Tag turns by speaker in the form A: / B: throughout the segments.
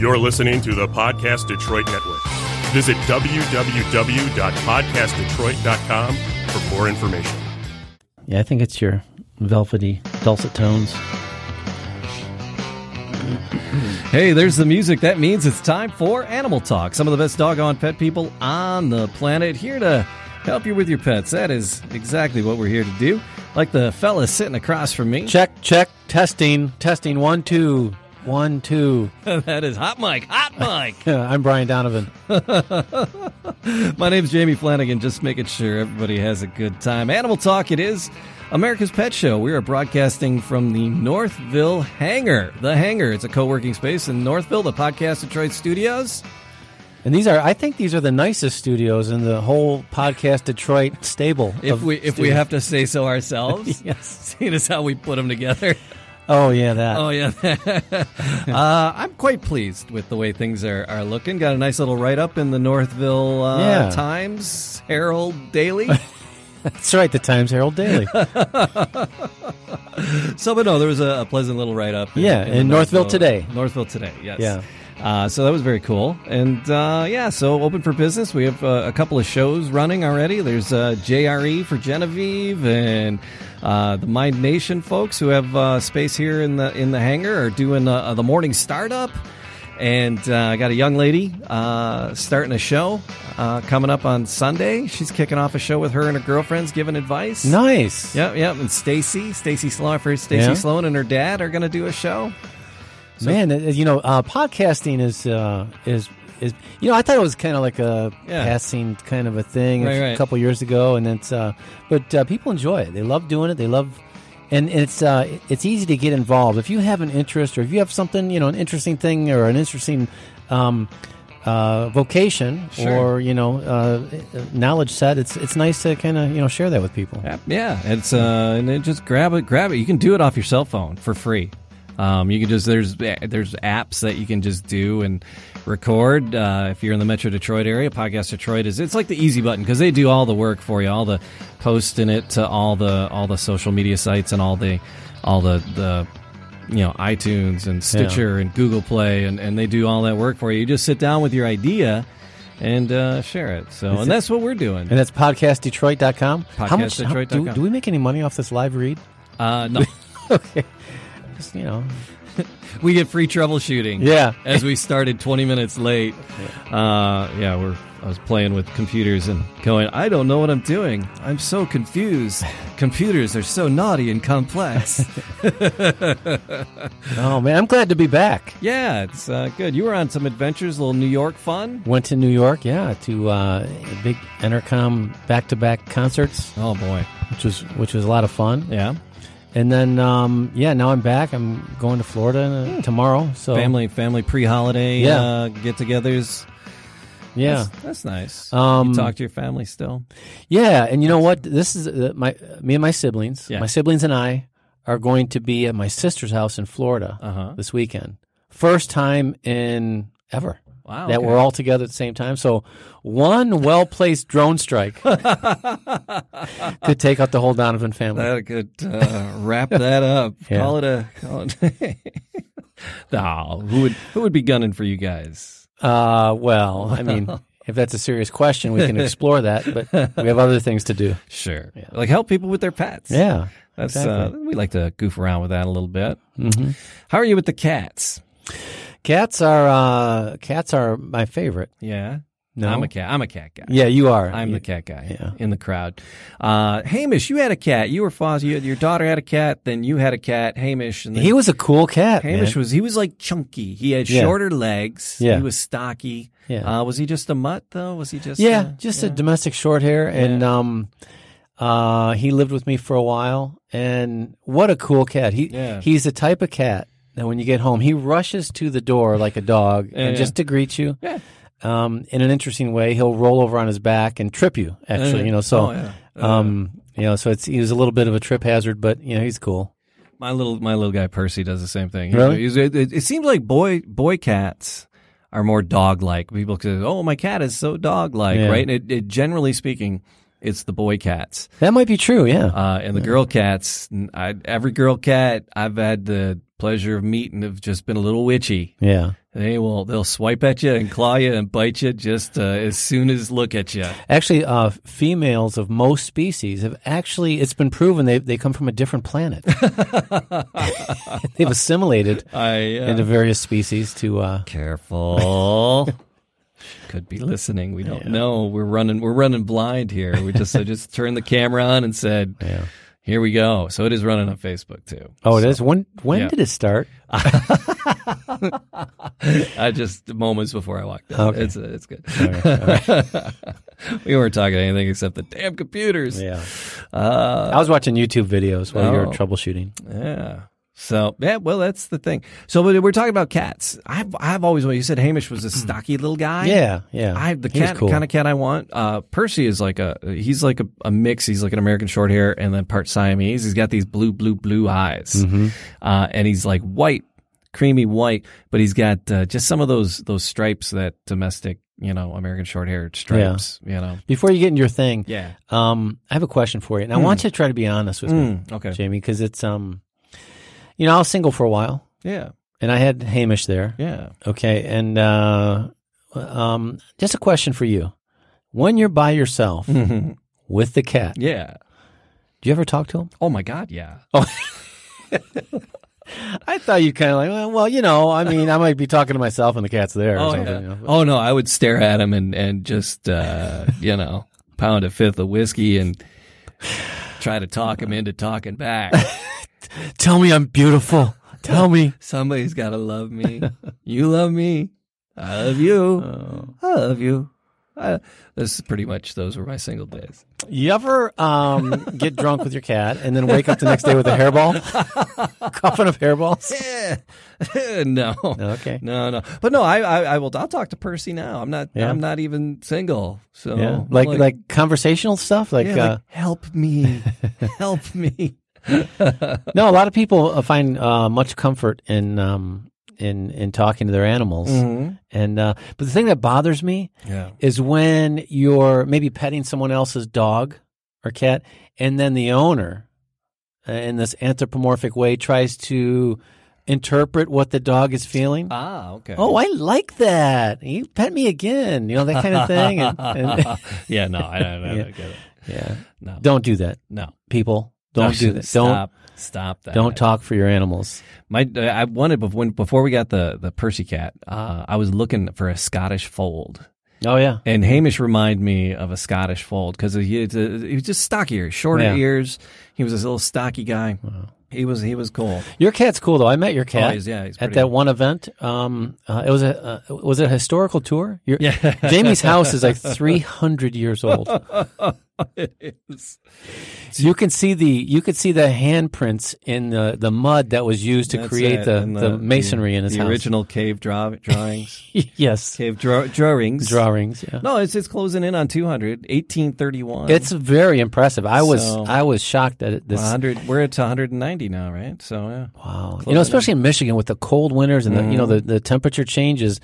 A: You're listening to the Podcast Detroit Network. Visit www.podcastdetroit.com for more information.
B: Yeah, I think it's your velvety dulcet tones.
C: Hey, there's the music. That means it's time for Animal Talk. Some of the best doggone pet people on the planet here to help you with your pets. That is exactly what we're here to do. Like the fella sitting across from me.
D: Check, check, testing, testing. One, two, one, two.
C: that is Hot Mike. Hot Mike.
D: I'm Brian Donovan.
C: My name's Jamie Flanagan, just making sure everybody has a good time. Animal Talk, it is America's Pet Show. We are broadcasting from the Northville Hangar. The Hangar, it's a co working space in Northville, the Podcast Detroit studios.
D: And these are, I think, these are the nicest studios in the whole podcast Detroit stable.
C: If
D: of
C: we if we
D: studios.
C: have to say so ourselves,
D: Yes.
C: seeing as how we put them together.
D: oh yeah, that.
C: Oh yeah, uh, I'm quite pleased with the way things are, are looking. Got a nice little write up in the Northville uh,
D: Yeah.
C: Times Herald Daily.
D: That's right. The Times Herald Daily.
C: So, but no, there was a, a pleasant little write up.
D: Yeah, in Northville Today.
C: Northville today, yes.
D: Yeah.
C: Uh, so that was very cool, and uh, yeah. So open for business. We have uh, a couple of shows running already. There's uh, JRE for Genevieve and uh, the Mind Nation folks who have uh, space here in the in the hangar are doing uh, the morning startup. And uh, I got a young lady uh, starting a show uh, coming up on Sunday. She's kicking off a show with her and her girlfriends giving advice.
D: nice.
C: Yep, yep. And Stacy, Stacy Sloan, first Stacy
D: Yeah.
C: Sloan and her dad are going to do a show.
D: Man, uh, you know, uh, podcasting is uh, is is you know, I thought it was kind of like a
C: Yeah.
D: passing kind of a thing
C: Right,
D: a
C: right.
D: couple years ago, and it's uh, but uh, people enjoy it. They love doing it. They love, and it's uh, it's easy to get involved if you have an interest or if you have something you know an interesting thing or an interesting. Um, uh, vocation
C: Sure.
D: or you know uh, knowledge set it's it's nice to kind of you know share that with people
C: Yep, yeah. It's uh, and then just grab it, grab it. You can do it off your cell phone for free. Um, you can just there's there's apps that you can just do and record. Uh, if you're in the Metro Detroit area, Podcast Detroit is it's like the easy button because they do all the work for you, all the posting it to all the all the social media sites and all the all the the you know iTunes and Stitcher and Google Play, and, and they do all that work for you. You just sit down with your idea and uh, share it. So, and that's what we're doing.
D: and that's podcastdetroit.com how much how, do,
C: podcastdetroit.com.
D: do we make any money off this live read
C: Uh, no,
D: just you know
C: we get free troubleshooting.
D: Yeah.
C: as we started twenty minutes late. Uh, yeah, we're. I was playing with computers and going, I don't know what I'm doing. I'm so confused. Computers are so naughty and complex.
D: Oh man, I'm glad to be back.
C: yeah, it's uh, good. You were on some adventures, a little New York fun.
D: Went to New York, yeah, to uh, big Entercom back-to-back concerts,
C: Oh boy.
D: which was which was a lot of fun.
C: Yeah.
D: And then um, yeah, now I'm back. I'm going to Florida uh, tomorrow. So
C: Hmm. family family pre-holiday
D: Yeah.
C: uh, get-togethers.
D: yeah,
C: that's, that's nice.
D: Um,
C: you talk to your family still.
D: yeah. And you know what? This is uh, my me and my siblings.
C: Yeah.
D: My siblings and I are going to be at my sister's house in Florida
C: Uh-huh.
D: this weekend. First time in ever.
C: Wow,
D: That
C: okay.
D: we're all together at the same time. So one well placed drone strike could take out the whole Donovan family.
C: That could uh, wrap that up.
D: Yeah.
C: Call it a. Call it no, who would who would be gunning for you guys?
D: Uh, well, I mean, if that's a serious question, we can explore that, but we have other things to do.
C: Sure, like help people with their pets.
D: Yeah.
C: that's
D: exactly.
C: uh, we like to goof around with that a little bit. How are you with the cats?
D: Cats are uh, cats are my favorite.
C: Yeah,
D: No?
C: I'm a cat. I'm a cat guy.
D: Yeah, you are.
C: I'm
D: You-
C: the cat guy
D: Yeah.
C: in the crowd. Uh, Hamish, you had a cat. You were foster. You, your daughter had a cat. Then you had a cat. Hamish. And then
D: He was a cool cat.
C: Hamish
D: man.
C: was he was like chunky. He had
D: Yeah.
C: shorter legs.
D: Yeah.
C: He was stocky.
D: Yeah.
C: Uh, was he just a mutt though? Was he just
D: Yeah,
C: uh,
D: just a domestic short hair and um uh he lived with me for a while and what a cool cat. He
C: Yeah.
D: he's the type of cat that when you get home, he rushes to the door like a dog and
C: yeah.
D: just to greet you. Um in an interesting way, he'll roll over on his back and trip you actually, you know. So
C: Oh, yeah.
D: um you know, so it's he was a little bit of a trip hazard, but you know, he's cool.
C: my little my little guy Percy does the same thing. He-
D: Really?
C: he's- it, it- it seems like boy boy cats are more dog like. People say, "Oh, my cat is so dog like,"
D: Yeah.
C: right? And it, it, generally speaking, it's the boy cats.
D: That might be true, yeah.
C: Uh, and the girl cats, n- I, every girl cat I've had the pleasure of meeting have just been a little witchy.
D: yeah.
C: They will. They'll swipe at you and claw you and bite you just uh, as soon as look at you.
D: Actually, uh, females of most species have actually, it's been proven they, they come from a different planet. They've assimilated
C: I uh,
D: into various species to. Uh,
C: careful. Could be listening. We don't know. We're running. We're running blind here. We just I just turned the camera on and said, "Here we go." So it is running on Facebook too.
D: oh, it is? When, when
C: Yeah.
D: did it start?
C: I just moments before I walked in. It's uh, it's good. we weren't talking anything except the damn computers.
D: Yeah. I was watching YouTube videos while
C: Oh.
D: you were troubleshooting.
C: Yeah. So yeah, well, that's the thing. So we- we're talking about cats. I've I've always well, you said Hamish was a stocky little guy.
D: Yeah, yeah.
C: I the
D: He was
C: cat
D: cool.
C: kind of cat I want. Uh, Percy is like a he's like a, a mix. He's like an American short hair and then part Siamese. He's got these blue blue blue eyes,
D: Mm-hmm.
C: uh, and he's like white, creamy white, but he's got uh, just some of those those stripes that domestic you know American short hair stripes. You know.
D: Before you get into your thing,
C: Yeah. Hmm.
D: um, I have a question for you, and I want you to try to be honest with me,
C: Mm, okay.
D: Jamie, because it's um, you know, I was single for a while,
C: Yeah.
D: and I had Hamish there.
C: Yeah.
D: Okay, and uh, um, just a question for you: When you're by yourself with the cat, do
C: Yeah.
D: you ever talk to him?
C: Oh my God. Yeah.
D: I thought you kind of like, well, well, you know, I mean, I might be talking to myself, and the cat's there. or
C: Oh,
D: something,
C: yeah.
D: you know.
C: oh no, I would stare at him and and just uh, you know pound a fifth of whiskey and try to talk him into talking back.
D: Tell me I'm beautiful. Tell me.
C: Somebody's got to love me. You love me. I love you.
D: Oh.
C: I love you. I, this is pretty much those were my single days.
D: You ever um, get drunk with your cat and then wake up the next day with a hairball, coughing up hairballs?
C: Eh. no.
D: Okay.
C: No, no. But no, I, I, I will. I'll talk to Percy now. I'm not.
D: Yeah.
C: I'm not even single. So
D: Yeah, like, like conversational stuff. Like,
C: yeah, like,
D: uh,
C: help me, help me.
D: no, a lot of people uh, find uh, much comfort in um, in in talking to their animals.
C: Mm-hmm.
D: And uh, but the thing that bothers me
C: Yeah.
D: is when you're maybe petting someone else's dog or cat, and then the owner, uh, in this anthropomorphic way, tries to interpret what the dog is feeling.
C: Ah, okay.
D: Oh, I like that. You pet me again. You know that kind of thing. And, and,
C: yeah, no, I don't, I don't
D: Yeah.
C: get it.
D: yeah,
C: No,
D: don't do that,
C: no,
D: people. Don't do that.
C: Stop, stop that.
D: Don't don't talk for your animals.
C: My, I wanted before, when, before we got the the Percy cat. Uh, I was looking for a Scottish fold,
D: Oh yeah,
C: and Hamish reminded me of a Scottish fold because he, it's a- he was just stockier, shorter
D: Yeah.
C: ears. He was this little stocky guy. He was he was cool.
D: your cat's cool though. I met your cat.
C: Oh, he's- yeah, he's
D: at
C: pretty-
D: that one event. Um, uh, it was a uh, was it a historical tour. Your, Jamie's house is like three hundred years old.
C: it is.
D: You can see the you could see the handprints in the, the mud that was used to
C: That's
D: create
C: it.
D: the,
C: And
D: the, masonry in his
C: the
D: house.
C: original cave draw, drawings,
D: yes,
C: cave draw, drawings.
D: drawings. Yeah.
C: No, it's it's closing in on 200, 1831.
D: It's very impressive. I was
C: So-
D: I was shocked that it, this.
C: 100. We're at 190 now, right? So yeah.
D: Wow. You know, especially in Michigan with the cold winters and the you know
C: Mm-hmm.
D: the, the temperature changes,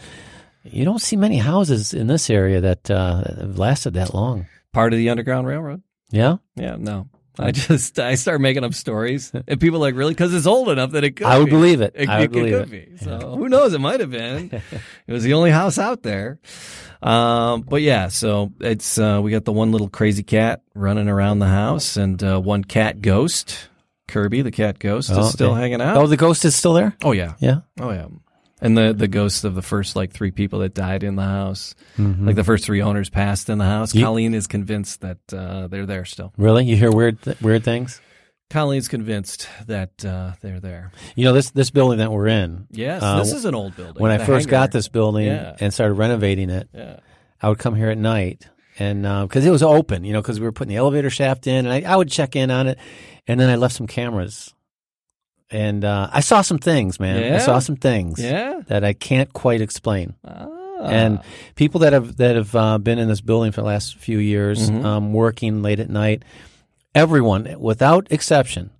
D: you don't see many houses in this area that uh, that have lasted that long.
C: part of the Underground Railroad.
D: Yeah,
C: Yeah, no. I just I start making up stories, and people are like really because it's old enough that it could.
D: I would
C: be.
D: believe it.
C: It,
D: I would
C: it
D: believe
C: could be. So who knows? It might have been. it was the only house out there. Um, but yeah, so it's uh, we got the one little crazy cat running around the house, and uh, one cat ghost, Kirby the cat ghost, is still
D: okay.
C: hanging
D: Oh,
C: out.
D: the ghost is still there.
C: Oh yeah,
D: Yeah.
C: Oh yeah. And the the ghosts of the first like three people that died in the house,
D: Mm-hmm.
C: like the first three owners passed in the house. Colleen is convinced that uh, they're there still.
D: Really? You hear weird th- weird things?
C: Colleen's convinced that uh, they're there.
D: You know this this building that we're in.
C: Yes,
D: uh,
C: this is an old building.
D: when I
C: the
D: first
C: hangar.
D: got this building
C: Yeah.
D: and started renovating it,
C: Yeah.
D: I would come here at night and because it was open, you know, because we were putting the elevator shaft in, and I, I would check in on it, and then I left some cameras, and uh, I saw some things, man. I
C: Yeah?
D: saw some things
C: Yeah.
D: that I can't quite explain.
C: Ah.
D: And people that have that have uh, been in this building for the last few years,
C: Mm-hmm.
D: um, working late at night, everyone without exception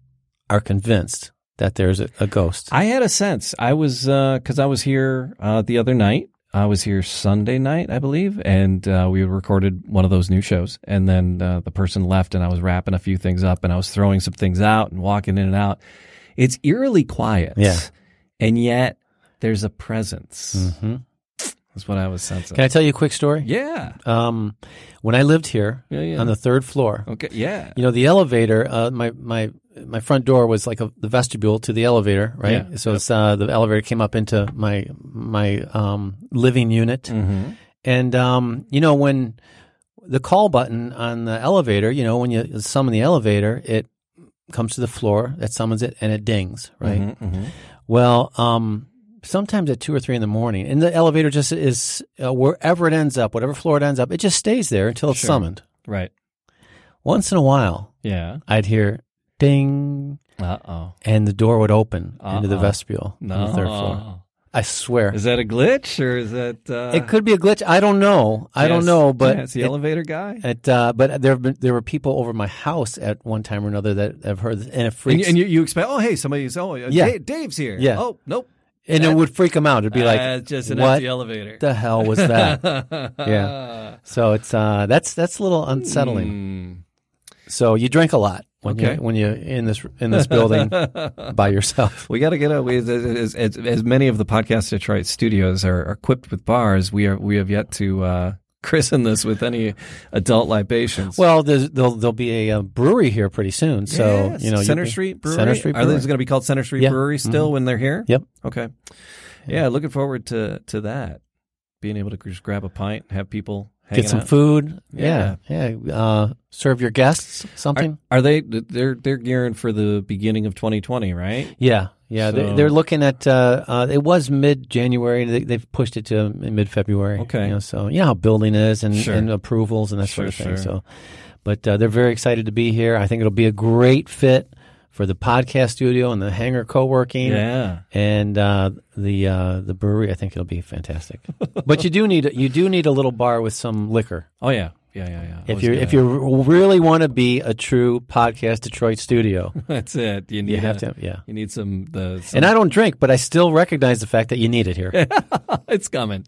D: are convinced that there's a, a ghost.
C: I had a sense. I was because I was here uh, the other night. I was here Sunday night, I believe, and uh, we recorded one of those new shows. And then uh, the person left, and I was wrapping a few things up, and I was throwing some things out and walking in and out. It's eerily quiet,
D: Yeah.
C: and yet There's a presence.
D: Mm-hmm.
C: That's what I was sensing.
D: Can I tell you a quick story?
C: Yeah.
D: Um, when I lived here
C: Yeah, yeah.
D: on the third floor,
C: Okay. Yeah.
D: you know, the elevator, uh, my, my, my front door was like a, the vestibule to the elevator, right?
C: Yeah.
D: So it's, uh, the elevator came up into my, my, um, living unit.
C: Mm-hmm.
D: And, um, you know, when the call button on the elevator, you know, when you summon the elevator, it comes to the floor, it summons it and it dings, right?
C: Mm-hmm.
D: Well, um, sometimes at two or three in the morning, and the elevator just is uh, wherever it ends up, whatever floor it ends up, it just stays there until it's summoned.
C: Right.
D: Once in a while,
C: Yeah.
D: I'd hear ding,
C: Uh oh.
D: and the door would open into the vestibule on
C: Uh-uh. No.
D: the third floor. I swear.
C: Is that a glitch or is that? Uh,
D: it could be a glitch. I don't know. I don't
C: yes.
D: know, but
C: Yeah, it's the
D: it-
C: elevator guy.
D: it, uh, but there have been, there were people over my house at one time or another that have heard this, and it
C: And,
D: freaks
C: you- and you, you expect? Oh, hey, somebody's. Oh,
D: Yeah.
C: Dave, Dave's here.
D: Yeah.
C: Oh, nope.
D: and it would freak them out. It'd be like
C: Uh, it's just an
D: what
C: empty elevator.
D: the hell was that? yeah. So it's uh, that's that's a little unsettling. So you drink a lot when
C: Hmm. Okay.
D: you when you're in this in this building by yourself.
C: We got to get a we, as, as, as as many of the podcast Detroit studios are, are equipped with bars. We are we have yet to uh, christen this with any adult libations.
D: Well, there's, there'll there'll be a, uh brewery here pretty soon. So
C: Yes,
D: you know, you
C: Center
D: can-
C: Street Brewery.
D: Center Street
C: Are
D: Brewery.
C: these going to be called Center Street
D: Yeah. Mm-hmm.
C: Brewery still when they're here?
D: Yep.
C: Okay. Yeah. looking forward to to that. Being able to just grab a pint, have people hang
D: Get some
C: out.
D: food. Yeah, yeah. Uh, serve your guests something.
C: Are, are they? They're they're gearing for the beginning of 2020, right?
D: Yeah, yeah.
C: So-
D: They're, they're looking at. Uh, uh, it was mid January. They, they've pushed it to mid February.
C: Okay.
D: You know, so you know how building is and,
C: Sure.
D: and approvals and that sort
C: Sure,
D: of thing.
C: sure.
D: So, but uh, they're very excited to be here. I think it'll be a great fit for the podcast studio and the hangar co working.
C: Yeah.
D: And uh, the uh, the brewery, I think it'll be fantastic. but you do need you do need a little bar with some liquor
C: Oh yeah. Yeah yeah yeah. I
D: if
C: was
D: you
C: gonna-
D: if you really want to be a true podcast Detroit studio.
C: that's it. You need
D: You have
C: a-
D: to, yeah.
C: You need some the some
D: And I don't drink, but I still recognize the fact that you need it here.
C: it's coming.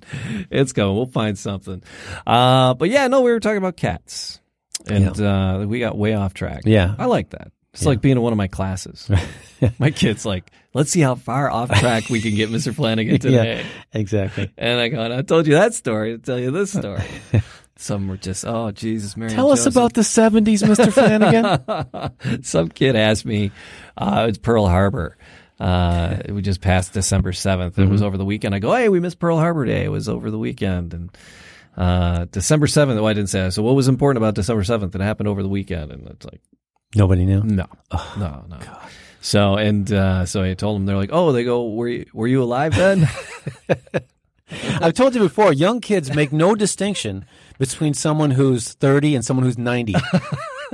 C: It's coming. We'll find something. Uh, but yeah, no, we were talking about cats, and uh, we got way off track.
D: Yeah.
C: I like that. It's like being in one of my classes. my kid's like, let's see how far off track we can get Mr. Flanagan today.
D: exactly.
C: And I go, I told you that story. I tell you this story. Some were just, oh Jesus, Mary. and
D: Tell us
C: Joseph."
D: about the 70s, Mr. Flanagan.
C: Some kid asked me, uh, it's Pearl Harbor. Uh, we just passed December 7th. It
D: Mm-hmm.
C: was over the weekend. I go, hey, we missed Pearl Harbor Day. It was over the weekend. And uh, December 7th, well, I didn't say that. So, what was important about December 7th? It happened over the weekend. And it's like,
D: Nobody knew.
C: no, no, no. So, and uh, so I told them, they're like, oh, they go, were you, were you alive then?
D: I've told you before, young kids make no distinction between someone who's 30 and someone who's 90.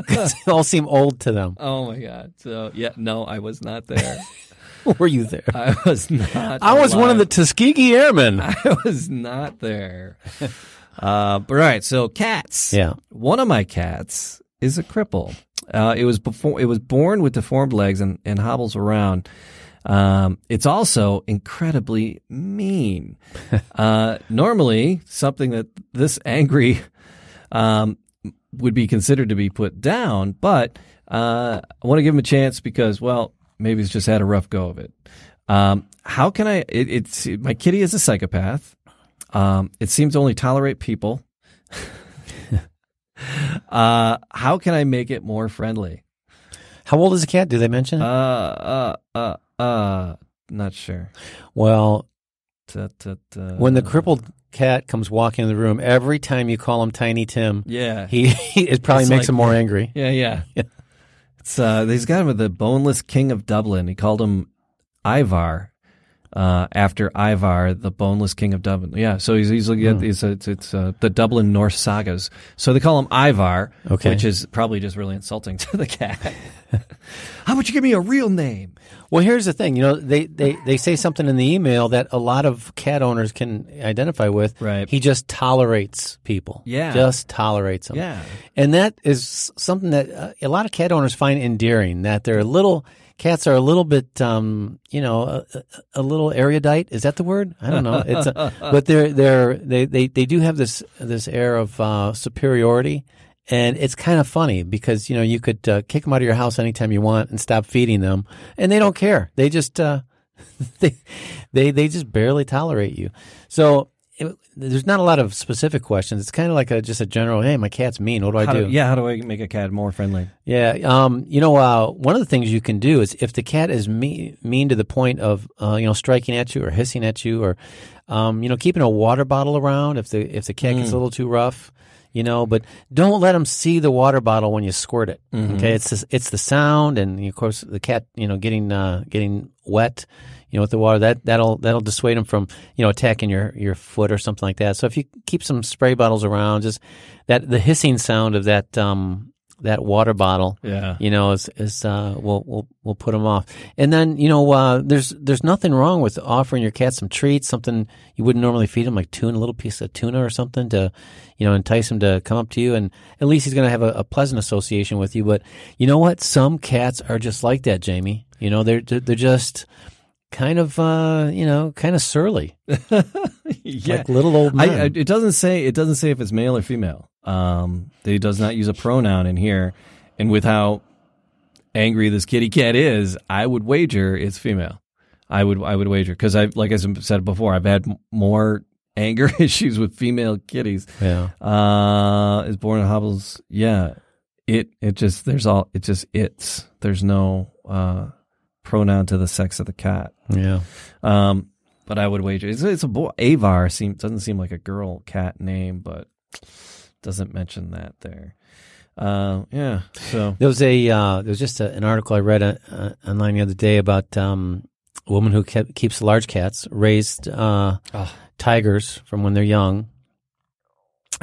D: 'Cause they all seem old to them.
C: oh my God. So, yeah, no, I was not there.
D: Were you there?
C: I was not.
D: I was one of
C: alive.
D: the Tuskegee Airmen.
C: I was not there. Uh, but all right, so cats.
D: Yeah.
C: One of my cats is a cripple. Uh, it was before it was born with deformed legs and, and hobbles around. Um, it's also incredibly mean. Uh, normally, something that this angry um, would be considered to be put down, but uh, I want to give him a chance because, well, maybe he's just had a rough go of it. Um, how can I? It, it's my kitty is a psychopath. Um, it seems to only tolerate people. uh, how can I make it more friendly?
D: How old is the cat? Do they mention it?
C: Uh, uh, uh, uh, not sure.
D: well,
C: Da, da, da.
D: when the crippled cat comes walking in the room, every time you call him Tiny Tim,
C: yeah,
D: he, he it probably
C: It's
D: makes
C: like-
D: him more angry.
C: Yeah, yeah. It's uh, he's got him with the boneless king of Dublin. He called him Ivar uh, after Ivar, the boneless king of Dublin. Yeah, so he's he's looking at these. It's, it's uh, the Dublin Norse sagas. So they call him Ivar,
D: Okay.
C: which is probably just really insulting to the cat. How about you give me a real name?
D: Well, here's the thing. You know, they, they, they say something in the email that a lot of cat owners can identify with.
C: Right.
D: He just tolerates people.
C: Yeah.
D: Just tolerates them.
C: Yeah.
D: And that is something that uh, a lot of cat owners find endearing, that they're a little, cats are a little bit, um, you know, a, a- a little erudite. Is that the word? I don't know. It's a, but they're, they're, they, they, they do have this, this air of uh, superiority. And it's kind of funny because, you know, you could uh, kick them out of your house anytime you want and stop feeding them. And they don't care. They just, uh, they, they they just barely tolerate you. So it, there's not a lot of specific questions. It's kind of like a just a general, hey, my cat's mean. What do I
C: How
D: do?
C: do, yeah, how do I make a cat more friendly?
D: Yeah, um, you know, uh, one of the things you can do is if the cat is mean, mean to the point of uh, you know striking at you or hissing at you or um, you know keeping a water bottle around if the if the cat gets a little too rough, you know, but don't let them see the water bottle when you squirt it. Okay, it's the, it's the sound and of course the cat you know getting uh, getting wet, you know, with the water that that'll that'll dissuade them from you know attacking your your foot or something like that. So if you keep some spray bottles around, just that the hissing sound of that. Um, that water bottle,
C: Yeah.
D: you know, is is uh, we'll we'll we'll put them off. And then you know, uh, there's there's nothing wrong with offering your cat some treats, something you wouldn't normally feed him, like tuna, a little piece of tuna or something to, you know, entice him to come up to you. And at least he's going to have a, a pleasant association with you. But you know what? Some cats are just like that, Jamie. You know, they're they're, they're just kind of uh, you know, kind of surly,
C: yeah.
D: like little old men.
C: I, I, it doesn't say it doesn't say if it's male or female. Um, they does not use a pronoun in here, and with how angry this kitty cat is, I would wager it's female. I would I would wager because I like I said before, I've had m- more anger issues with female kitties.
D: yeah.
C: Uh, is born in hobbles. Yeah, it it just there's all it just it's there's no uh pronoun to the sex of the cat.
D: Yeah.
C: Um, but I would wager it's, it's a boy. Avar seem, doesn't seem like a girl cat name, but doesn't mention that there. Uh, yeah. So
D: There was a uh, there was just a, an article I read uh, uh, online the other day about um, a woman who kept, keeps large cats, raised uh, tigers from when they're young,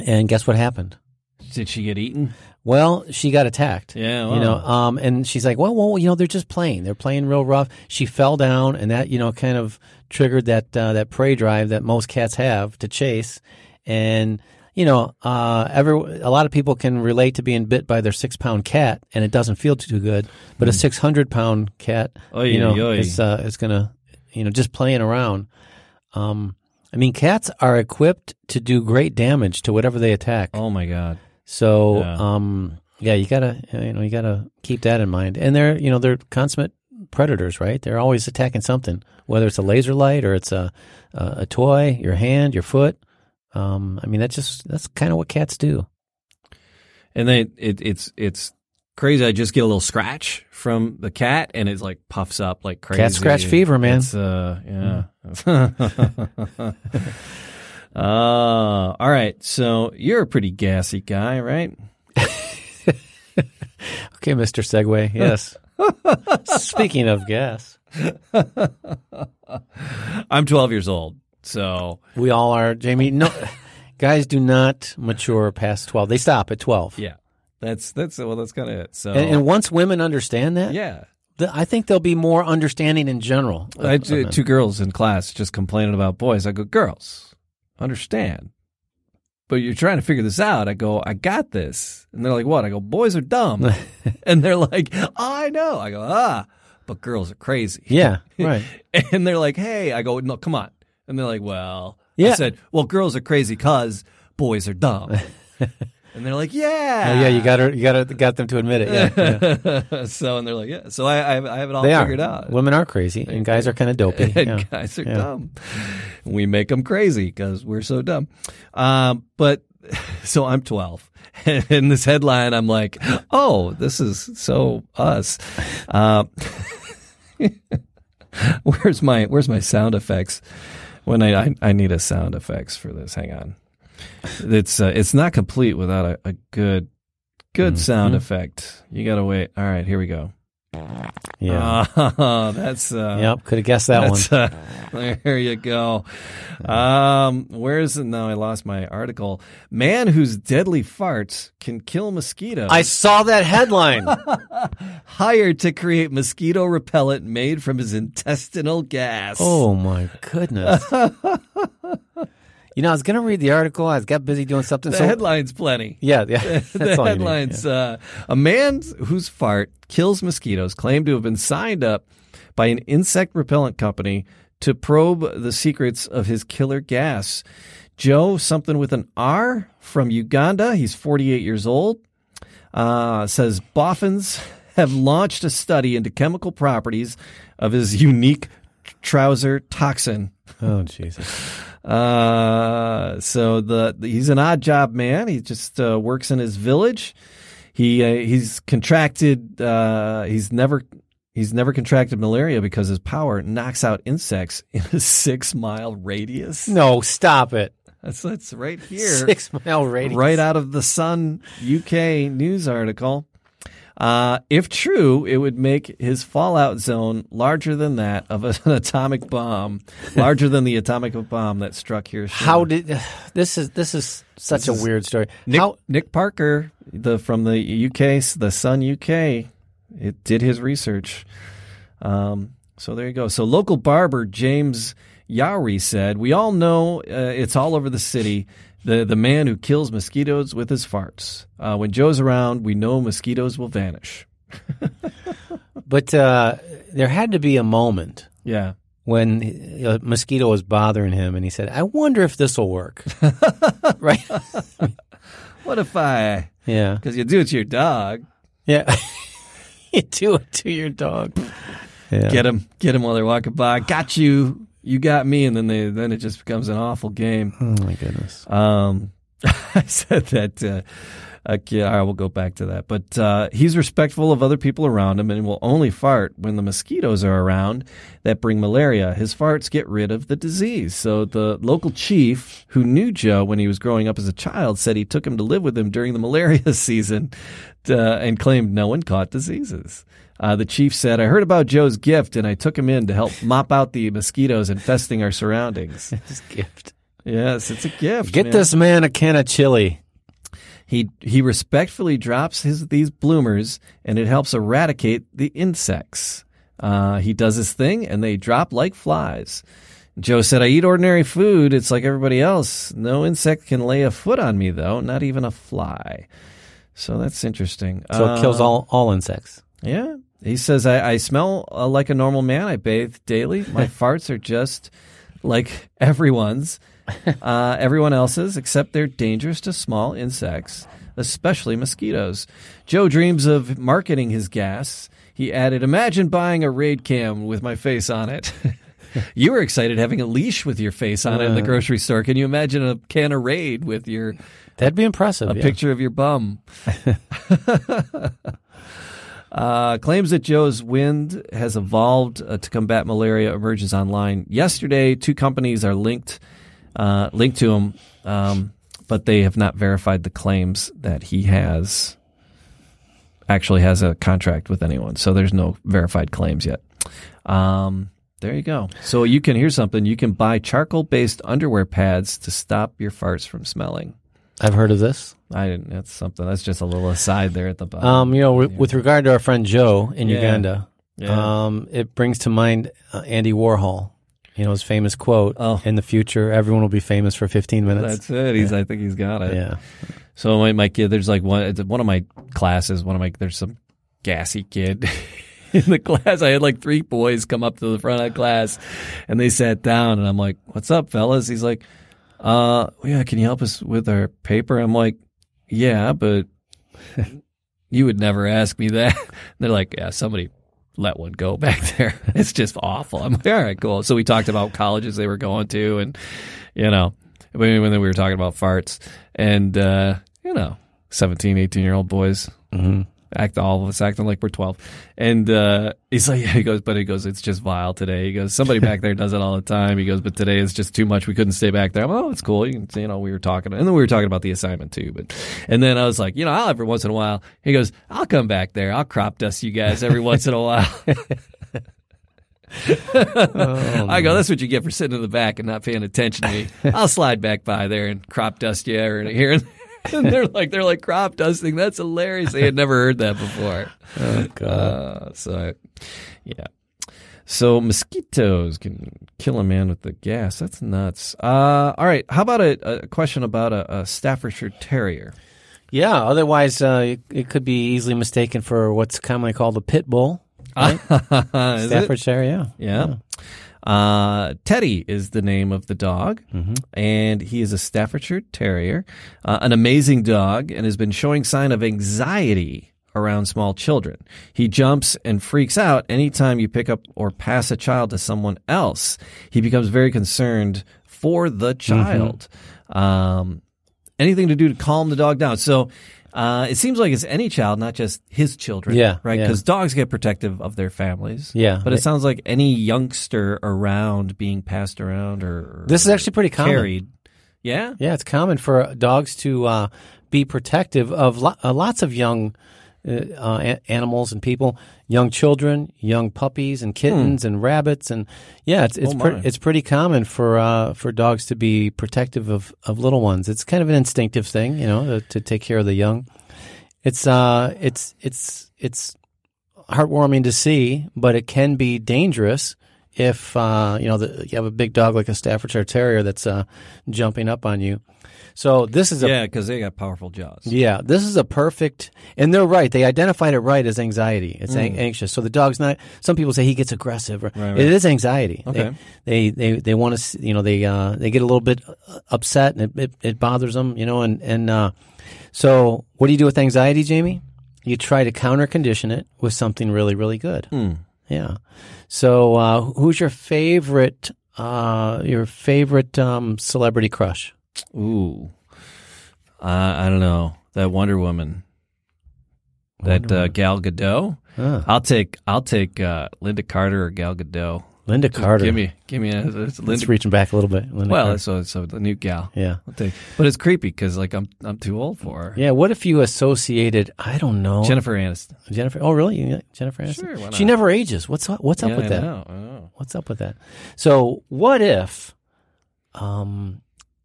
D: and guess what happened?
C: did she get eaten?
D: Well, she got attacked.
C: Yeah,
D: you know,
C: wow.
D: um, and she's like, well, well, you know, they're just playing. They're playing real rough. She fell down, and that you know kind of triggered that uh, that prey drive that most cats have to chase, and. You know, uh, every a lot of people can relate to being bit by their six pound cat, and it doesn't feel too good. But a six hundred pound cat,
C: Hmm. Oy,
D: you know,
C: oy.
D: it's uh, it's gonna, you know, just playing around. Um, I mean, cats are equipped to do great damage to whatever they attack.
C: Oh my god.
D: So
C: Yeah.
D: yeah. um yeah, you gotta you know you gotta keep that in mind. And they're you know they're consummate predators, right? They're always attacking something, whether it's a laser light or it's a a, a toy, your hand, your foot. Um, I mean that's just that's kind of what cats do.
C: And then it, it's it's crazy. I just get a little scratch from the cat, and it's like puffs up like crazy.
D: scratch fever, man.
C: It's, uh, yeah. Mm. uh, all right. So you're a pretty gassy guy, right?
D: Okay, Mister Segway. Yes. Speaking of gas,
C: I'm 12 years old, so
D: we all are. Jamie, no, guys do not mature past twelve. They stop at twelve.
C: yeah. That's that's well, that's kind of it. So
D: And, and once women understand that,
C: yeah.
D: th- I think they'll be more understanding in general.
C: I had two, two girls in class just complaining about boys. I go, girls, understand. But you're trying to figure this out. I go, I got this. And they're like, what? I go, boys are dumb. and they're like, I know. I go, ah, but girls are crazy.
D: Yeah, right.
C: And they're like, hey. I go, no, come on. And they're like, well, I
D: Yeah.
C: said, well, girls are crazy because boys are dumb. and they're like, yeah.
D: Oh, yeah, you got her, you got her, got them to admit it. Yeah, yeah.
C: so, and they're like, yeah. So I, I, I have it all
D: they are.
C: figured out.
D: Women are crazy, and guys are kind of dopey.
C: and
D: Yeah.
C: guys are dumb. We make them crazy because we're so dumb. Um, but so I'm 12. And in this headline, I'm like, oh, this is so us. Uh, where's my Where's my sound effects? When I, I I need a sound effects for this. Hang on. It's uh, it's not complete without a, a good good sound
D: Mm-hmm.
C: effect. You gotta wait. All right, here we go.
D: yeah.
C: Uh, that's uh,
D: yep, could have guessed that one.
C: that's, uh, there you go. Um, where is it now? I lost my article. Man whose deadly farts can kill mosquitoes.
D: I saw that headline.
C: hired to create mosquito repellent made from his intestinal gas.
D: oh my goodness. you know, I was gonna read the article. I got busy doing something.
C: the
D: so
C: headline's plenty.
D: yeah, yeah. That's
C: the
D: all you need.
C: headlines: uh, A man whose fart kills mosquitoes claimed to have been signed up by an insect repellent company to probe the secrets of his killer gas. Joe, something with an R from Uganda. He's 48 years old. Uh, says boffins have launched a study into chemical properties of his unique trouser toxin.
D: Oh Jesus!
C: Uh, so the, the- he's an odd job man. He just uh, works in his village. He uh, he's contracted. Uh, he's never he's never contracted malaria because his power knocks out insects in a six mile radius.
D: No, stop it.
C: That's that's right here.
D: Six mile radius.
C: Right out of the Sun UK news article. Uh, if true, it would make his fallout zone larger than that of an atomic bomb, larger than the atomic bomb that struck Hiroshima.
D: How did this is this is such a weird story?
C: Nick,
D: How
C: Nick Parker, the from the UK, the Sun UK, it did his research. Um, so there you go. So local barber James Yowry said, "We all know uh, it's all over the city. The the man who kills mosquitoes with his farts. Uh, when Joe's around, we know mosquitoes will vanish."
D: but uh, there had to be a moment
C: Yeah.
D: when a mosquito was bothering him, and he said, "I wonder if this will work." right?
C: What if I?
D: Yeah.
C: Because you do it to your dog.
D: Yeah. you do it to your dog. Yeah.
C: Get him, get him while they're walking by. Got you. You got me, and then they then it just becomes an awful game.
D: oh my goodness.
C: Um, I said that. Uh, okay, all right, we'll go back to that. But uh, he's respectful of other people around him and will only fart when the mosquitoes are around that bring malaria. His farts get rid of the disease. So the local chief, who knew Joe when he was growing up as a child, said he took him to live with him during the malaria season uh, and claimed no one caught diseases. Uh, the chief said, I heard about Joe's gift and I took him in to help mop out the mosquitoes infesting our surroundings.
D: This gift.
C: Yes, it's a gift.
D: Get
C: man.
D: this man a can of chili.
C: He he respectfully drops his these bloomers, and it helps eradicate the insects. Uh, he does his thing, and they drop like flies. Joe said, "I eat ordinary food. It's like everybody else. No insect can lay a foot on me, though. Not even a fly." So that's interesting.
D: So it kills
C: Uh,
D: all, all insects.
C: yeah. He says, I, I smell uh, like a normal man. I bathe daily. My farts are just like everyone's, uh, everyone else's, except they're dangerous to small insects, especially mosquitoes. Joe dreams of marketing his gas. He added, Imagine buying a raid cam with my face on it. you were excited having a leash with your face on it in the grocery store. Can you imagine a can of raid with your
D: That'd be impressive. yeah.
C: a picture of your bum. uh, claims that Joe's wind has evolved uh, to combat malaria emerges online. Yesterday, two companies are linked uh, linked to him, um, but they have not verified the claims that he has actually has a contract with anyone. So there's no verified claims yet. Um, there you go. So you can hear something. You can buy charcoal based underwear pads to stop your farts from smelling.
D: I've heard of this.
C: I didn't. That's something. That's just a little aside there at the bottom.
D: Um, you know, with, with regard to our friend Joe in
C: Yeah.
D: Uganda,
C: Yeah.
D: um, it brings to mind uh, Andy Warhol. You know his famous quote:
C: Oh.
D: "In the future, everyone will be famous for 15 minutes."
C: that's it. He's. I think he's got it.
D: yeah,
C: So my my kid. There's like one. it's One of my classes. One of my. There's some gassy kid in the class. I had like three boys come up to the front of the class, and they sat down, and I'm like, "What's up, fellas?" He's like, "Uh, yeah. Can you help us with our paper?" I'm like, "Yeah, but you would never ask me that." They're like, "Yeah, somebody." Let one go back there. It's just awful. I'm like, all right, cool. So we talked about colleges they were going to, and you know, when when we were talking about farts and, uh, you know, 17, 18 year old boys act, all of us acting like we're 12. And, uh, he's like, he goes, but he goes, it's just vile today. He goes, somebody back there does it all the time. He goes, but today is just too much. We couldn't stay back there. I'm, oh, it's cool. You can, you know, we were talking and then we were talking about the assignment too. But, and then I was like, you know, I'll every once in a while, he goes, I'll come back there. I'll crop dust you guys every once in a while. I go, that's what you get for sitting in the back and not paying attention to me. I'll slide back by there and crop dust you here and here. And they're like, they're like crop dusting. That's hilarious. They had never heard that before. Uh, so, yeah. So mosquitoes can kill a man with the gas. That's nuts. Uh, all right. How about a, a question about a, a Staffordshire Terrier?
D: yeah. Otherwise, uh, it, it could be easily mistaken for what's commonly called the pit bull.
C: Is it?
D: Staffordshire, yeah.
C: Yeah. Uh, Teddy is the name of the dog,
D: Mm-hmm.
C: and he is a Staffordshire Terrier, uh, an amazing dog, and has been showing sign of anxiety around small children. He jumps and freaks out anytime you pick up or pass a child to someone else. He becomes very concerned for the
D: Mm-hmm.
C: child. Um, anything to do to calm the dog down. So uh, it seems like it's any child, not just his children.
D: Yeah,
C: Right?
D: yeah.
C: Because dogs get protective of their families.
D: Yeah.
C: But it sounds like any youngster around being passed around or.
D: This is actually pretty common.
C: Carried. Yeah.
D: Yeah, it's common for dogs to uh, be protective of lo- uh, lots of young uh, uh, a- animals and people, young children, young puppies and kittens and rabbits, and yeah, it's it's
C: Hmm. Oh,
D: pre-
C: my.
D: it's pretty common for uh, for dogs to be protective of, of little ones. It's kind of an instinctive thing, you know, to, to take care of the young. It's uh, it's it's it's heartwarming to see, but it can be dangerous if uh, you know the, you have a big dog like a Staffordshire Terrier that's uh, jumping up on you. So this is a
C: Yeah, because they got powerful jaws.
D: yeah, this is a perfect, and they're right. They identified it right as anxiety. It's an- anxious. So the dog's not. Some people say he gets aggressive. Or,
C: Mm. right.
D: It is anxiety.
C: Okay.
D: They they they, they want to. You know, they uh, they get a little bit uh, upset, and it, it, it bothers them. You know, and and uh, so what do you do with anxiety, Jamie? You try to counter condition it with something really really good.
C: Hmm.
D: Yeah. So uh, who's your favorite? Uh, your favorite um, celebrity crush?
C: Ooh. Uh, I don't know. That Wonder Woman. That uh, Gal Gadot. I'll take I'll take uh, Linda Carter or Gal Gadot.
D: Linda Carter.
C: Give me give me a, it's
D: It's
C: Linda.
D: reaching back a little bit. Linda
C: well,
D: Carter.
C: so so the new gal.
D: Yeah.
C: I'll take- But it's creepy because like I'm I'm too old for her.
D: Yeah. What if you associated? I don't know.
C: Jennifer Aniston.
D: Jennifer- oh, really? You- Jennifer Aniston.
C: Sure, why
D: She
C: not?
D: never ages. What's what's up
C: Yeah,
D: with
C: I
D: that?
C: know, Oh. I know.
D: What's up with that? So, what if, um,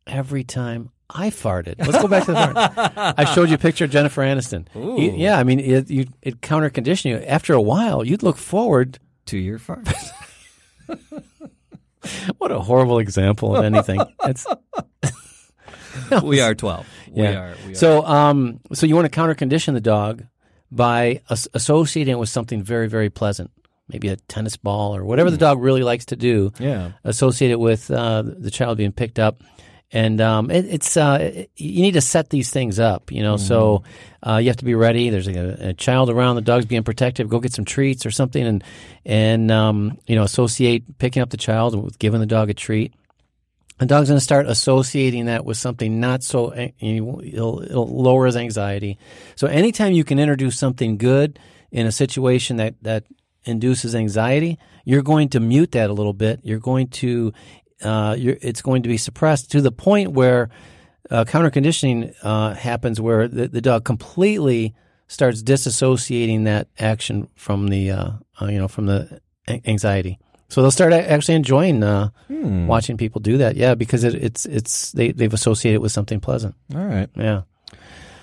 D: every time I farted? Let's go back to the fart. I showed you a picture of Jennifer Aniston. You- yeah, I mean, it, you it counter condition you. After a while, you'd look forward.
C: Two year fart.
D: What a horrible example of anything. It's
C: we are twelve. We
D: Yeah.
C: are. We are.
D: So, um, so you want to counter condition the dog by as- associating it with something very, very pleasant, maybe a tennis ball or whatever the dog really likes to do.
C: yeah.
D: Associate it with uh, the child being picked up, and um, it, it's uh, it- you need to set these things up. You know, so uh, you have to be ready. There's a, a child around. The dog's being protective. Go get some treats or something, and and um, you know, associate picking up the child with giving the dog a treat the dog's going to start associating that with something not so eh, it'll, it'll lower his anxiety so anytime you can introduce something good in a situation that that induces anxiety you're going to mute that a little bit you're going to uh, you're, it's going to be suppressed to the point where uh, counter conditioning uh, happens where the, the dog completely starts disassociating that action from the uh, uh, you know from the a- anxiety. So they'll start a- actually enjoying uh, watching people do that. Yeah, because it, it's it's they they've associated it with something pleasant.
C: All right.
D: Yeah.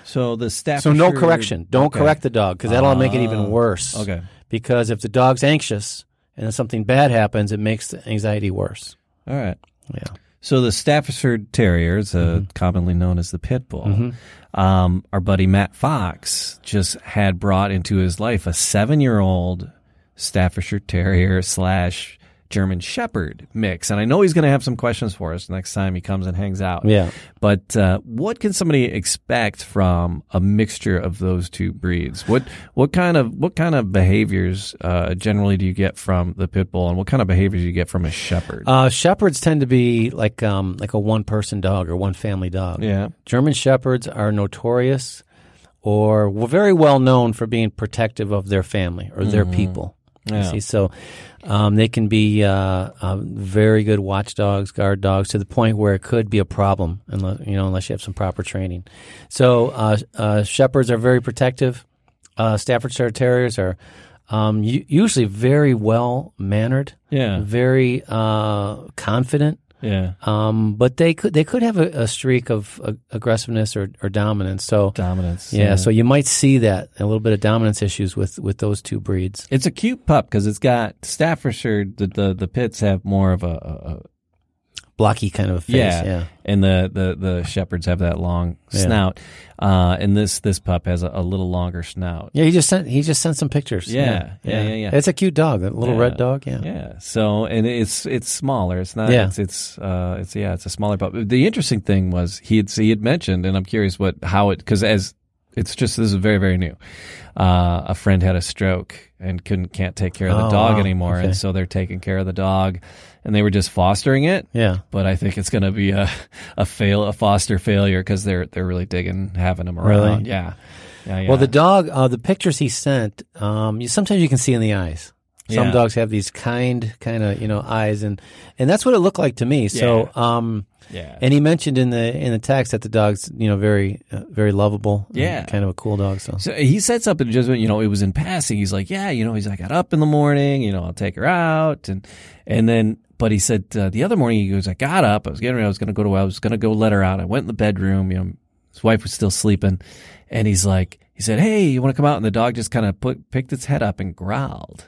C: So the staff.
D: So no correction. Don't correct the dog because that'll make it even worse.
C: Okay.
D: Because if the dog's anxious and then something bad happens, it makes the anxiety worse.
C: All right.
D: Yeah. Mm-hmm.
C: So the Staffordshire Terriers, uh, commonly known as the pit bull, um, our buddy Matt Fox just had brought into his life a seven-year-old Staffordshire Terrier slash German Shepherd mix, and I know he's going to have some questions for us next time he comes and hangs out.
D: Yeah.
C: But uh, what can somebody expect from a mixture of those two breeds? What what kind of what kind of behaviors uh, generally do you get from the pit bull, and what kind of behaviors do you get from a shepherd?
D: Uh, shepherds tend to be like um, like a one person dog or one family dog.
C: yeah.
D: German shepherds are notorious or w- very well known for being protective of their family or their people. You
C: Mm-hmm. Yeah.
D: see, so um, they can be uh, um, very good watchdogs, guard dogs, to the point where it could be a problem unless you know unless you have some proper training. So uh, uh, shepherds are very protective. Uh, Staffordshire Terriers are um, u- usually very well mannered,
C: Yeah.
D: very uh, confident.
C: Yeah.
D: Um, but they could they could have a, a streak of uh, aggressiveness or, or dominance. So
C: Dominance.
D: yeah, so you might see that a little bit of dominance issues with with those two breeds.
C: It's a cute pup because it's got Staffordshire. The, the the pits have more of a, a, a
D: Blocky kind of a face.
C: yeah,
D: Yeah.
C: and the, the the shepherds have that long snout, uh, and this this pup has a, a little longer snout.
D: Yeah, he just sent he just sent some pictures.
C: Yeah, yeah, yeah, yeah.
D: It's a cute dog, that little
C: Yeah.
D: red dog. Yeah.
C: Yeah. So and it's it's smaller. It's not.
D: Yeah.
C: It's it's uh it's yeah it's a smaller pup. The interesting thing was he had he had mentioned, and I'm curious what how it because as It's just this is very very new. Uh, a friend had a stroke and couldn't can't take care of the
D: Oh,
C: dog
D: wow.
C: anymore,
D: Okay.
C: and so they're taking care of the dog, and they were just fostering it.
D: Yeah.
C: But I think it's going to be a a fail a foster failure because they're they're really digging having them
D: Really?
C: around. Yeah. Yeah, yeah.
D: Well, the dog, uh, the pictures he sent, um, you, sometimes you can see in the eyes. Some
C: Yeah.
D: dogs have these kind, kind of you know eyes, and and that's what it looked like to me. So, um,
C: yeah.
D: and he mentioned in the in the text that the dog's you know very uh, very lovable, and
C: Yeah.
D: kind of a cool dog. So,
C: So he said something just when, you know it was in passing. He's like, yeah, you know, he's like, I got up in the morning, you know, I'll take her out, and and then, but he said uh, the other morning he goes, I got up, I was getting ready, I was gonna go to, I was gonna go let her out. I went in the bedroom, you know, his wife was still sleeping, and he's like, he said, hey, you want to come out? And the dog just kind of put picked its head up and growled.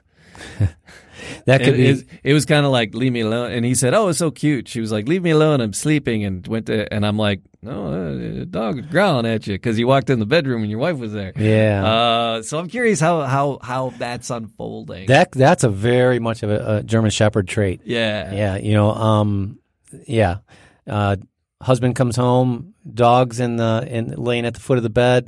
D: that could
C: It,
D: be
C: it, it was kind of like leave me alone, and he said, oh, it's so cute. She was like, leave me alone, I'm sleeping, and went to, and I'm like, no, uh, the dog is growling at you because he walked in the bedroom and your wife was there.
D: yeah.
C: Uh, so I'm curious how how how that's unfolding.
D: that that's a very much of a, a German Shepherd trait.
C: yeah.
D: Yeah, you know, um, yeah. Uh, husband comes home, dogs in the in laying at the foot of the bed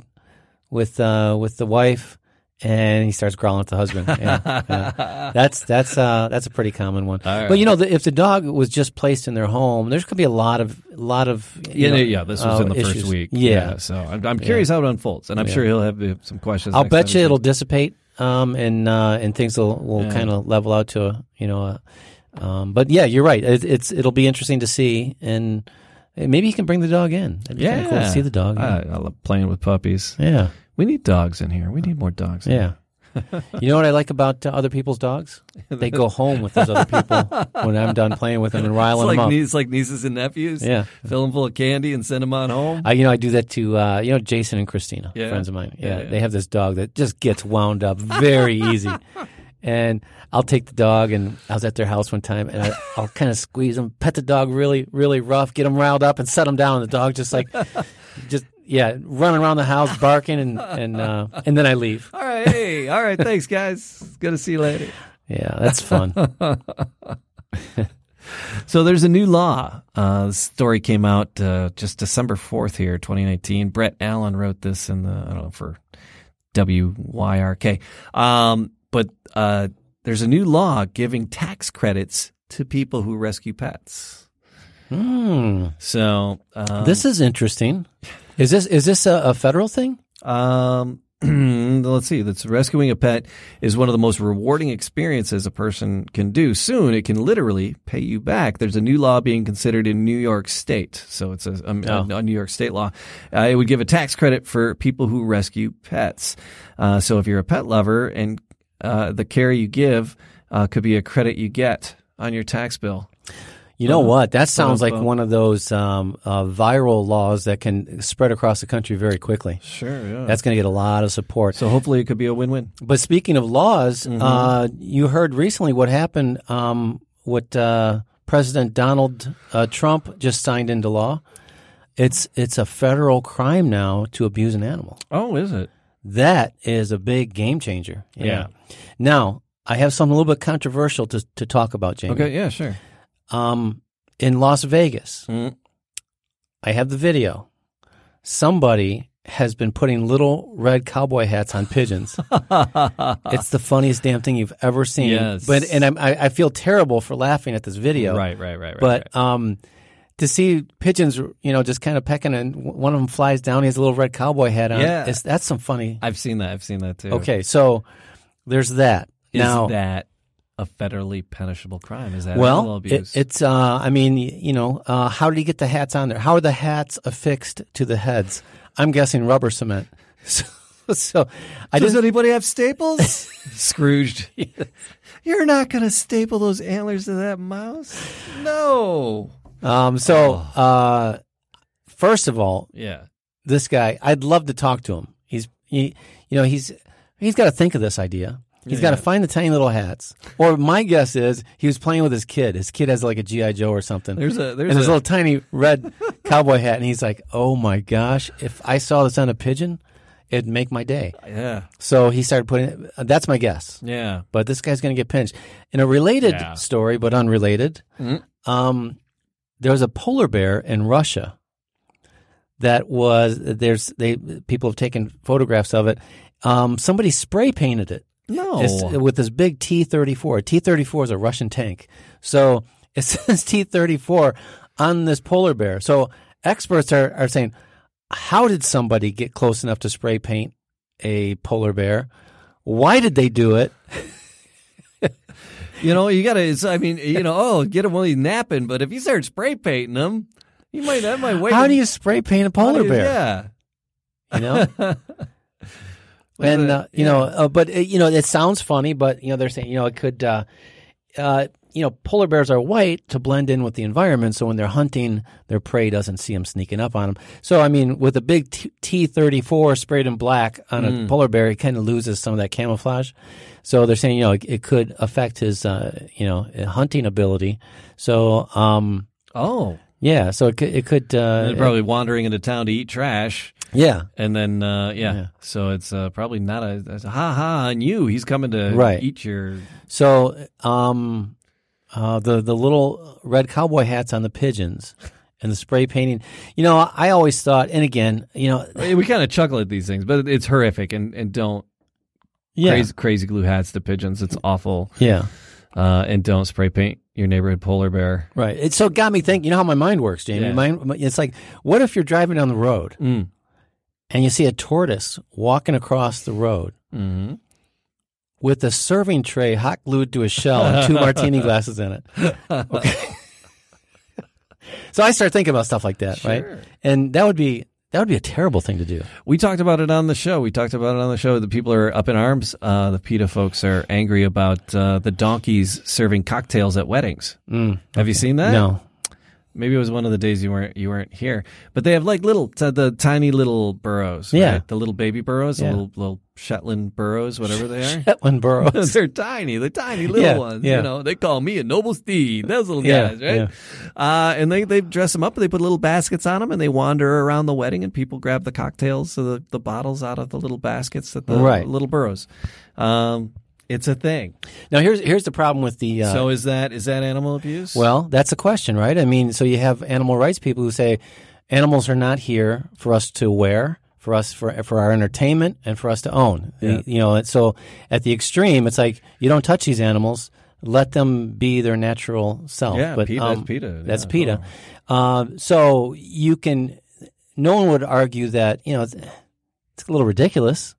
D: with uh, with the wife, and he starts growling at the husband. Yeah, yeah. That's that's uh, that's a pretty common one.
C: All right.
D: But you know, the, if the dog was just placed in their home, there's going to be a lot of lot of you
C: Yeah,
D: know,
C: yeah, yeah, this was
D: uh,
C: in the
D: issues.
C: first week.
D: Yeah,
C: so I'm, I'm curious how it unfolds, and I'm sure he'll have uh, some questions.
D: I'll
C: next
D: bet
C: time
D: you
C: he-
D: it'll dissipate, um, and uh, and things will, will
C: Yeah.
D: kind of level out to a, you know, a, um, but yeah, you're right. It, it's it'll be interesting to see, and maybe you can bring the dog in. That'd be
C: Yeah, Uh,
D: kinda cool to see the dog.
C: I, I love playing with puppies.
D: yeah,
C: We need dogs in here. We need more dogs. in
D: yeah. you know what I like about uh, other people's dogs? They go home with those other people when I'm done playing with them and
C: here. It's
D: riling
C: like
D: them up.
C: nie- it's like nieces and nephews.
D: Yeah.
C: fill them full of candy and send them on home.
D: I, you know, I do that to uh, you know Jason and Christina,
C: Yeah.
D: friends of mine. Yeah,
C: yeah.
D: they have this dog that just gets wound up very easy. And I'll take the dog, and I was at their house one time, and I, I'll kind of squeeze them, pet the dog really, really rough, get them riled up, and set them down. The dog just like, just yeah, running around the house barking, and and uh, and then I leave.
C: all right, hey, all right, thanks guys. Good to see you later.
D: Yeah, that's fun.
C: So there's a new law. Uh, this story came out uh, just December 4th here, 2019. Brett Allen wrote this in the, I don't know, for WYRK. Um, but uh, there's a new law giving tax credits to people who rescue pets.
D: Hmm.
C: So um,
D: This is interesting. Is this is this a, a federal thing?
C: Um, let's see. That's rescuing a pet is one of the most rewarding experiences a person can do. Soon, it can literally pay you back. There's a new law being considered in New York State, so it's a, a- a- a New York State law. Uh, it would give a tax credit for people who rescue pets. Uh, so if you're a pet lover and uh, the care you give uh, could be a credit you get on your tax bill.
D: You
C: Uh-huh.
D: know what? That sounds like
C: bum.
D: one of those um, uh, viral laws that can spread across the country very quickly.
C: Sure. Yeah.
D: That's going to get a lot of support.
C: so hopefully, it could be a win-win.
D: but speaking of laws,
C: Mm-hmm.
D: uh, you heard recently what happened. Um, what uh, President Donald uh, Trump just signed into law. It's it's a federal crime now to abuse an animal.
C: Oh, is it?
D: That is a big game changer. you
C: Yeah.
D: know. Now I have something a little bit controversial to to talk about, Jamie.
C: Okay. Yeah. Sure.
D: um, in Las Vegas.
C: Mm.
D: I have the video. Somebody has been putting little red cowboy hats on pigeons. it's the funniest damn thing you've ever seen.
C: Yes.
D: But and I'm, I, I feel terrible for laughing at this video.
C: Right. Right. Right. Right.
D: But um, to see pigeons, you know, just kind of pecking, and w- one of them flies down. He has a little red cowboy hat on.
C: Yeah.
D: It's, that's some funny.
C: I've seen that. I've seen that too.
D: Okay, so there's that.
C: Is
D: now
C: that a federally punishable crime? Is that animal
D: Well, it,
C: abuse?
D: it's uh, I mean, y- you know, uh, how did he get the hats on there? How are the hats affixed to the heads? I'm guessing rubber cement. So, so I
C: Does
D: just
C: anybody have staples? Scrooged. You're not going to staple those antlers to that mouse? No.
D: um, so uh, first of all,
C: Yeah.
D: this guy, I'd love to talk to him. He's he, you know, he's he's got to think of this idea. He's got to find the tiny little hats. Or my guess is he was playing with his kid. His kid has like a GI Joe or something.
C: There's a- there's
D: and his
C: a-
D: little tiny red cowboy hat, and he's like, "Oh my gosh! If I saw this on a pigeon, it'd make my day."
C: Yeah.
D: So he started putting. That's my guess.
C: Yeah.
D: But this guy's going to get pinched. In a related
C: Yeah.
D: story, but unrelated, um, there was a polar bear in Russia that was there's they people have taken photographs of it. Um, somebody spray painted it.
C: No.
D: It's- with this big T thirty four. T thirty four is a Russian tank. So it says T thirty four on this polar bear. So experts are, are saying, how did somebody get close enough to spray paint a polar bear? Why did they do it?
C: You know, you gotta. It's, I mean, you know, oh, get him while he's napping. But if you start spray painting him, you might that might wait.
D: How do you spray paint a polar bear?
C: Yeah.
D: you know. and uh, you know, uh, but uh, you know, it sounds funny, but you know, they're saying you know it could, uh, uh, you know, polar bears are white to blend in with the environment, so when they're hunting, their prey doesn't see them sneaking up on them. So I mean, with a big T thirty four sprayed in black on a polar bear, it kind of loses some of that camouflage. So they're saying you know it, it could affect his uh, you know hunting ability. So um,
C: Oh,
D: yeah, so it could, it could uh,
C: they're probably wandering into town to eat trash.
D: yeah.
C: And then, uh, yeah.
D: Yeah.
C: So it's uh, probably not a, it's a ha ha on you. He's coming to
D: Right.
C: eat your.
D: So, um, uh, the the little red cowboy hats on the pigeons and the spray painting. You know, I always thought, and again, you know,
C: Eh, We kind of chuckle at these things, but it's horrific. And, and don't
D: yeah,
C: crazy, crazy glue hats to pigeons. It's awful.
D: yeah,
C: Uh, and don't spray paint your neighborhood polar bear.
D: right. It so it got me thinking. You know how my mind works, Jamie.
C: Yeah.
D: Mine, it's like, what if you're driving down the road
C: Mm.
D: and you see a tortoise walking across the road
C: Mm-hmm.
D: with a serving tray hot glued to a shell and two martini glasses in it. Okay. so I start thinking about stuff like that,
C: Sure.
D: right? And that would be that would be a terrible thing to do.
C: We talked about it on the show. We talked about it on the show. The people are up in arms. Uh, the PETA folks are angry about uh, the donkeys serving cocktails at weddings.
D: Mm.
C: Have you seen that?
D: No.
C: Maybe it was one of the days you weren't you weren't here. But they have like little t- the tiny little burrows.
D: Yeah.
C: right? the little baby burrows,
D: Yeah.
C: the little little Shetland burrows, whatever they are.
D: Shetland burrows.
C: They're tiny, the tiny little
D: Yeah,
C: ones.
D: yeah.
C: You know, they call me a noble steed. Those little
D: Yeah,
C: guys, right? Uh, and they they dress them up. They put little baskets on them, and they wander around the wedding. And people grab the cocktails, so the, the bottles out of the little baskets that the
D: Right.
C: little burrows. Um, it's a thing.
D: now here's here's the problem with the uh,
C: So is that is that animal abuse?
D: well, that's a question, right? I mean, so you have animal rights people who say animals are not here for us to wear, for us for for our entertainment and for us to own.
C: Yeah.
D: You know, and so at the extreme, it's like you don't touch these animals. Let them be their natural self.
C: Yeah,
D: but,
C: PETA-
D: um,
C: PETA,
D: That's
C: yeah,
D: PETA. Um, so you can. No one would argue that you know it's, it's a little ridiculous,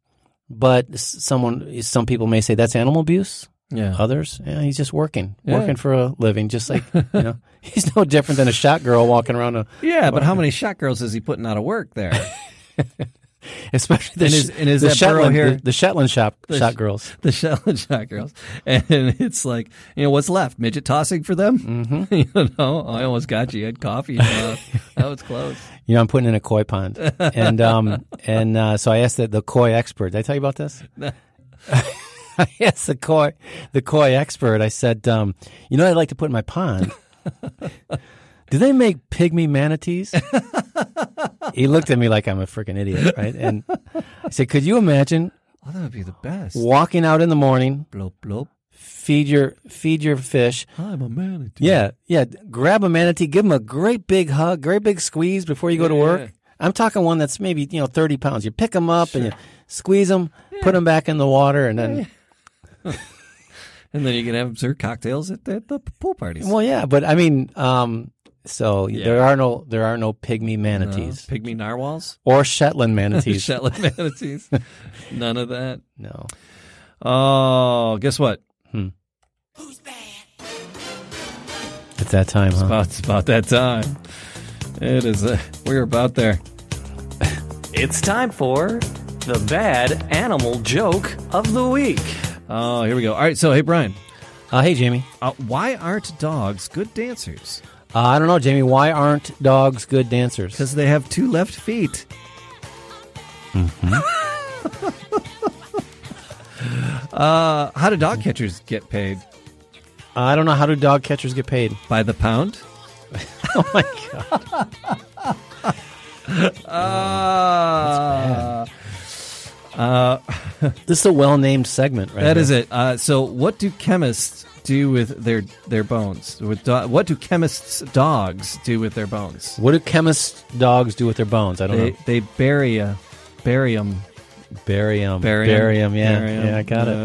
D: but s- someone, some people may say that's animal abuse.
C: yeah.
D: others. Yeah, he's just working,
C: Yeah.
D: working for a living, just like you know. He's no different than a shot girl walking around, a,
C: yeah, but how many shot girls is he putting out of work there?
D: especially the
C: And is-
D: Sh-
C: and is
D: the
C: that burrow
D: Shetland
C: here-
D: the, the Shetland shop
C: sh-
D: shot girls.
C: the shell and shot girls, and it's like you know what's left? Midget tossing for them. Mm-hmm. you know, I almost got you. You had coffee. in your mouth. that was close.
D: You know, I'm putting in a koi pond, and um, and uh, so I asked the, the koi expert. Did I tell you about this? I asked the koi the koi expert. I said, um, you know, what I'd like to put in my pond. Do they make pygmy manatees? he looked at me like I'm a freaking idiot, right? And I said, could you imagine
C: Oh, that would be the best.
D: walking out in the morning,
C: Blop blop.
D: feed your feed your fish.
C: I'm a manatee.
D: Yeah, yeah. Grab a manatee, give him a great big hug, great big squeeze before you go to
C: Yeah,
D: work.
C: yeah.
D: I'm talking one that's maybe you know 30 pounds. You pick him up and you squeeze him, put him back in the water, and then
C: And then you can have absurd cocktails at the, at the pool parties.
D: well, yeah. But I mean, um, so
C: Yeah.
D: there are no there are no pygmy
C: Uh,
D: manatees
C: pygmy narwhals,
D: or Shetland manatees.
C: Shetland manatees. None of that.
D: no,
C: Oh, guess what?
D: at that time, huh?
C: About, it's about that time. It is. Uh, we're about there.
E: It's time for the bad animal joke of the week.
C: Oh, here we go. All right. So, hey, Brian,
D: Uh, hey, Jamie.
C: uh, why aren't dogs good dancers?
D: Uh, I don't know, Jamie. Why aren't dogs good dancers?
C: Because they have two left feet.
E: Mm-hmm.
C: uh, how do dog catchers get paid?
D: I don't know. How do dog catchers get paid?
C: By the pound?
D: Oh my god.
C: Ah. Uh, uh,
D: This is a well named segment, right?
C: That is it. Uh, so, what do chemists do with their their bones? With do- what do chemists' dogs do with their bones?
D: What do chemists' dogs do with their bones? I don't
C: They
D: know.
C: they bury a bury them
D: Bury them.
C: bury
D: Yeah, yeah. I got it.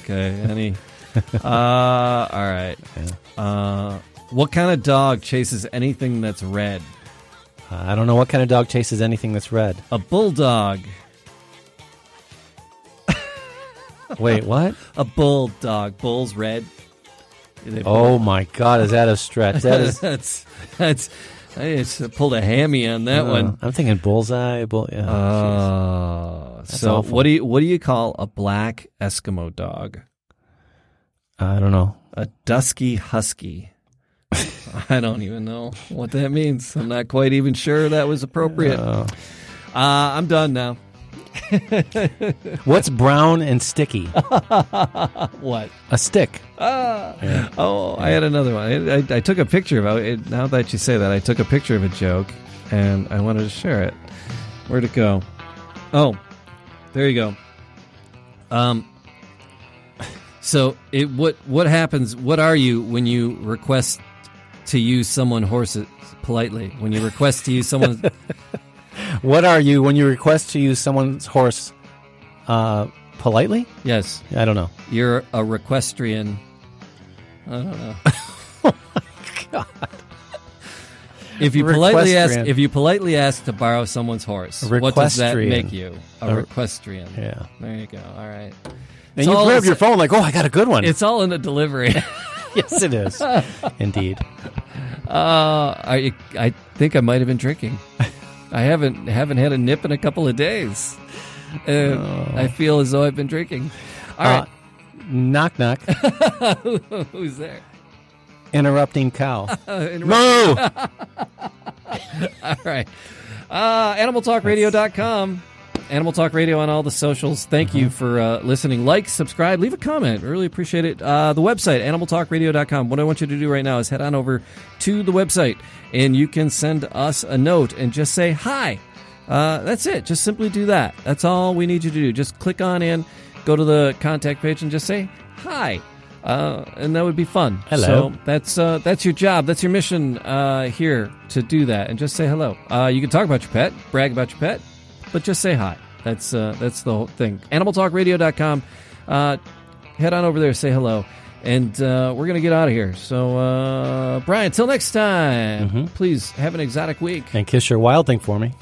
C: Okay, any. uh, all right. Uh, what kind of dog chases anything that's red?
D: Uh, I don't know what kind of dog chases anything that's red.
C: A bulldog.
D: Wait, what?
C: A bulldog. Bulls red. They
D: Oh my God! Is that a stretch? That is.
C: that's that's I just pulled a hammy on that one.
D: Uh, I'm thinking bullseye. Bull. Yeah.
C: Uh, so
D: Uh, awful.
C: what do you what do you call a black Eskimo dog?
D: I don't know.
C: A dusky husky. I don't even know what that means. I'm not quite even sure that was appropriate. Uh, I'm done now.
D: What's brown and sticky?
C: What?
D: a stick.
C: Oh, I had another one. I, I, I took a picture of it. Now that you say that, I took a picture of a joke, and I wanted to share it. Where'd it go? Oh, there you go. Um. So it what what happens? What are you when you request to use someone horses politely? When you request to use someone
D: What are you when you request to use someone's horse? Uh, politely?
C: yes,
D: I don't know.
C: you're a requestrian. I don't know.
D: Oh
C: If you politely ask,
D: Requestrian.
C: if you politely ask to borrow someone's horse, what does that
D: Requestrian.
C: make you? A requestrian.
D: yeah.
C: There you go. All right.
D: And you
C: all
D: grab
C: it's-
D: your phone like, oh, I got a good one.
C: It's all in the delivery.
D: yes, it is. Indeed.
C: Uh, I I think I might have been drinking. I haven't haven't had a nip in a couple of days. Uh, I feel as though I've been drinking. All
D: Uh,
C: right,
D: knock knock.
C: who's there?
D: Interrupting cow.
C: Uh, interrupt-
D: Moo.
C: All right. Uh, AnimalTalkRadio.com. Animal Talk Radio on all the socials. Thank you for uh, listening. Like, subscribe, leave a comment. Really appreciate it. Uh, the website, animaltalkradio.com. What I want you to do right now is head on over to the website and you can send us a note and just say hi. Uh, that's it. Just simply do that. That's all we need you to do. Just click on in, go to the contact page, and just say hi. Uh, and that would be fun.
D: Hello.
C: So that's uh, that's your job. That's your mission uh, here to do that and just say hello. Uh, you can talk about your pet, brag about your pet, but just say hi. That's uh, that's the whole thing. AnimalTalkRadio.com. Uh, head on over there, say hello, and uh, we're gonna get out of here. So uh, Brian, till next time. Please have an exotic week.
D: and kiss your wild thing for me.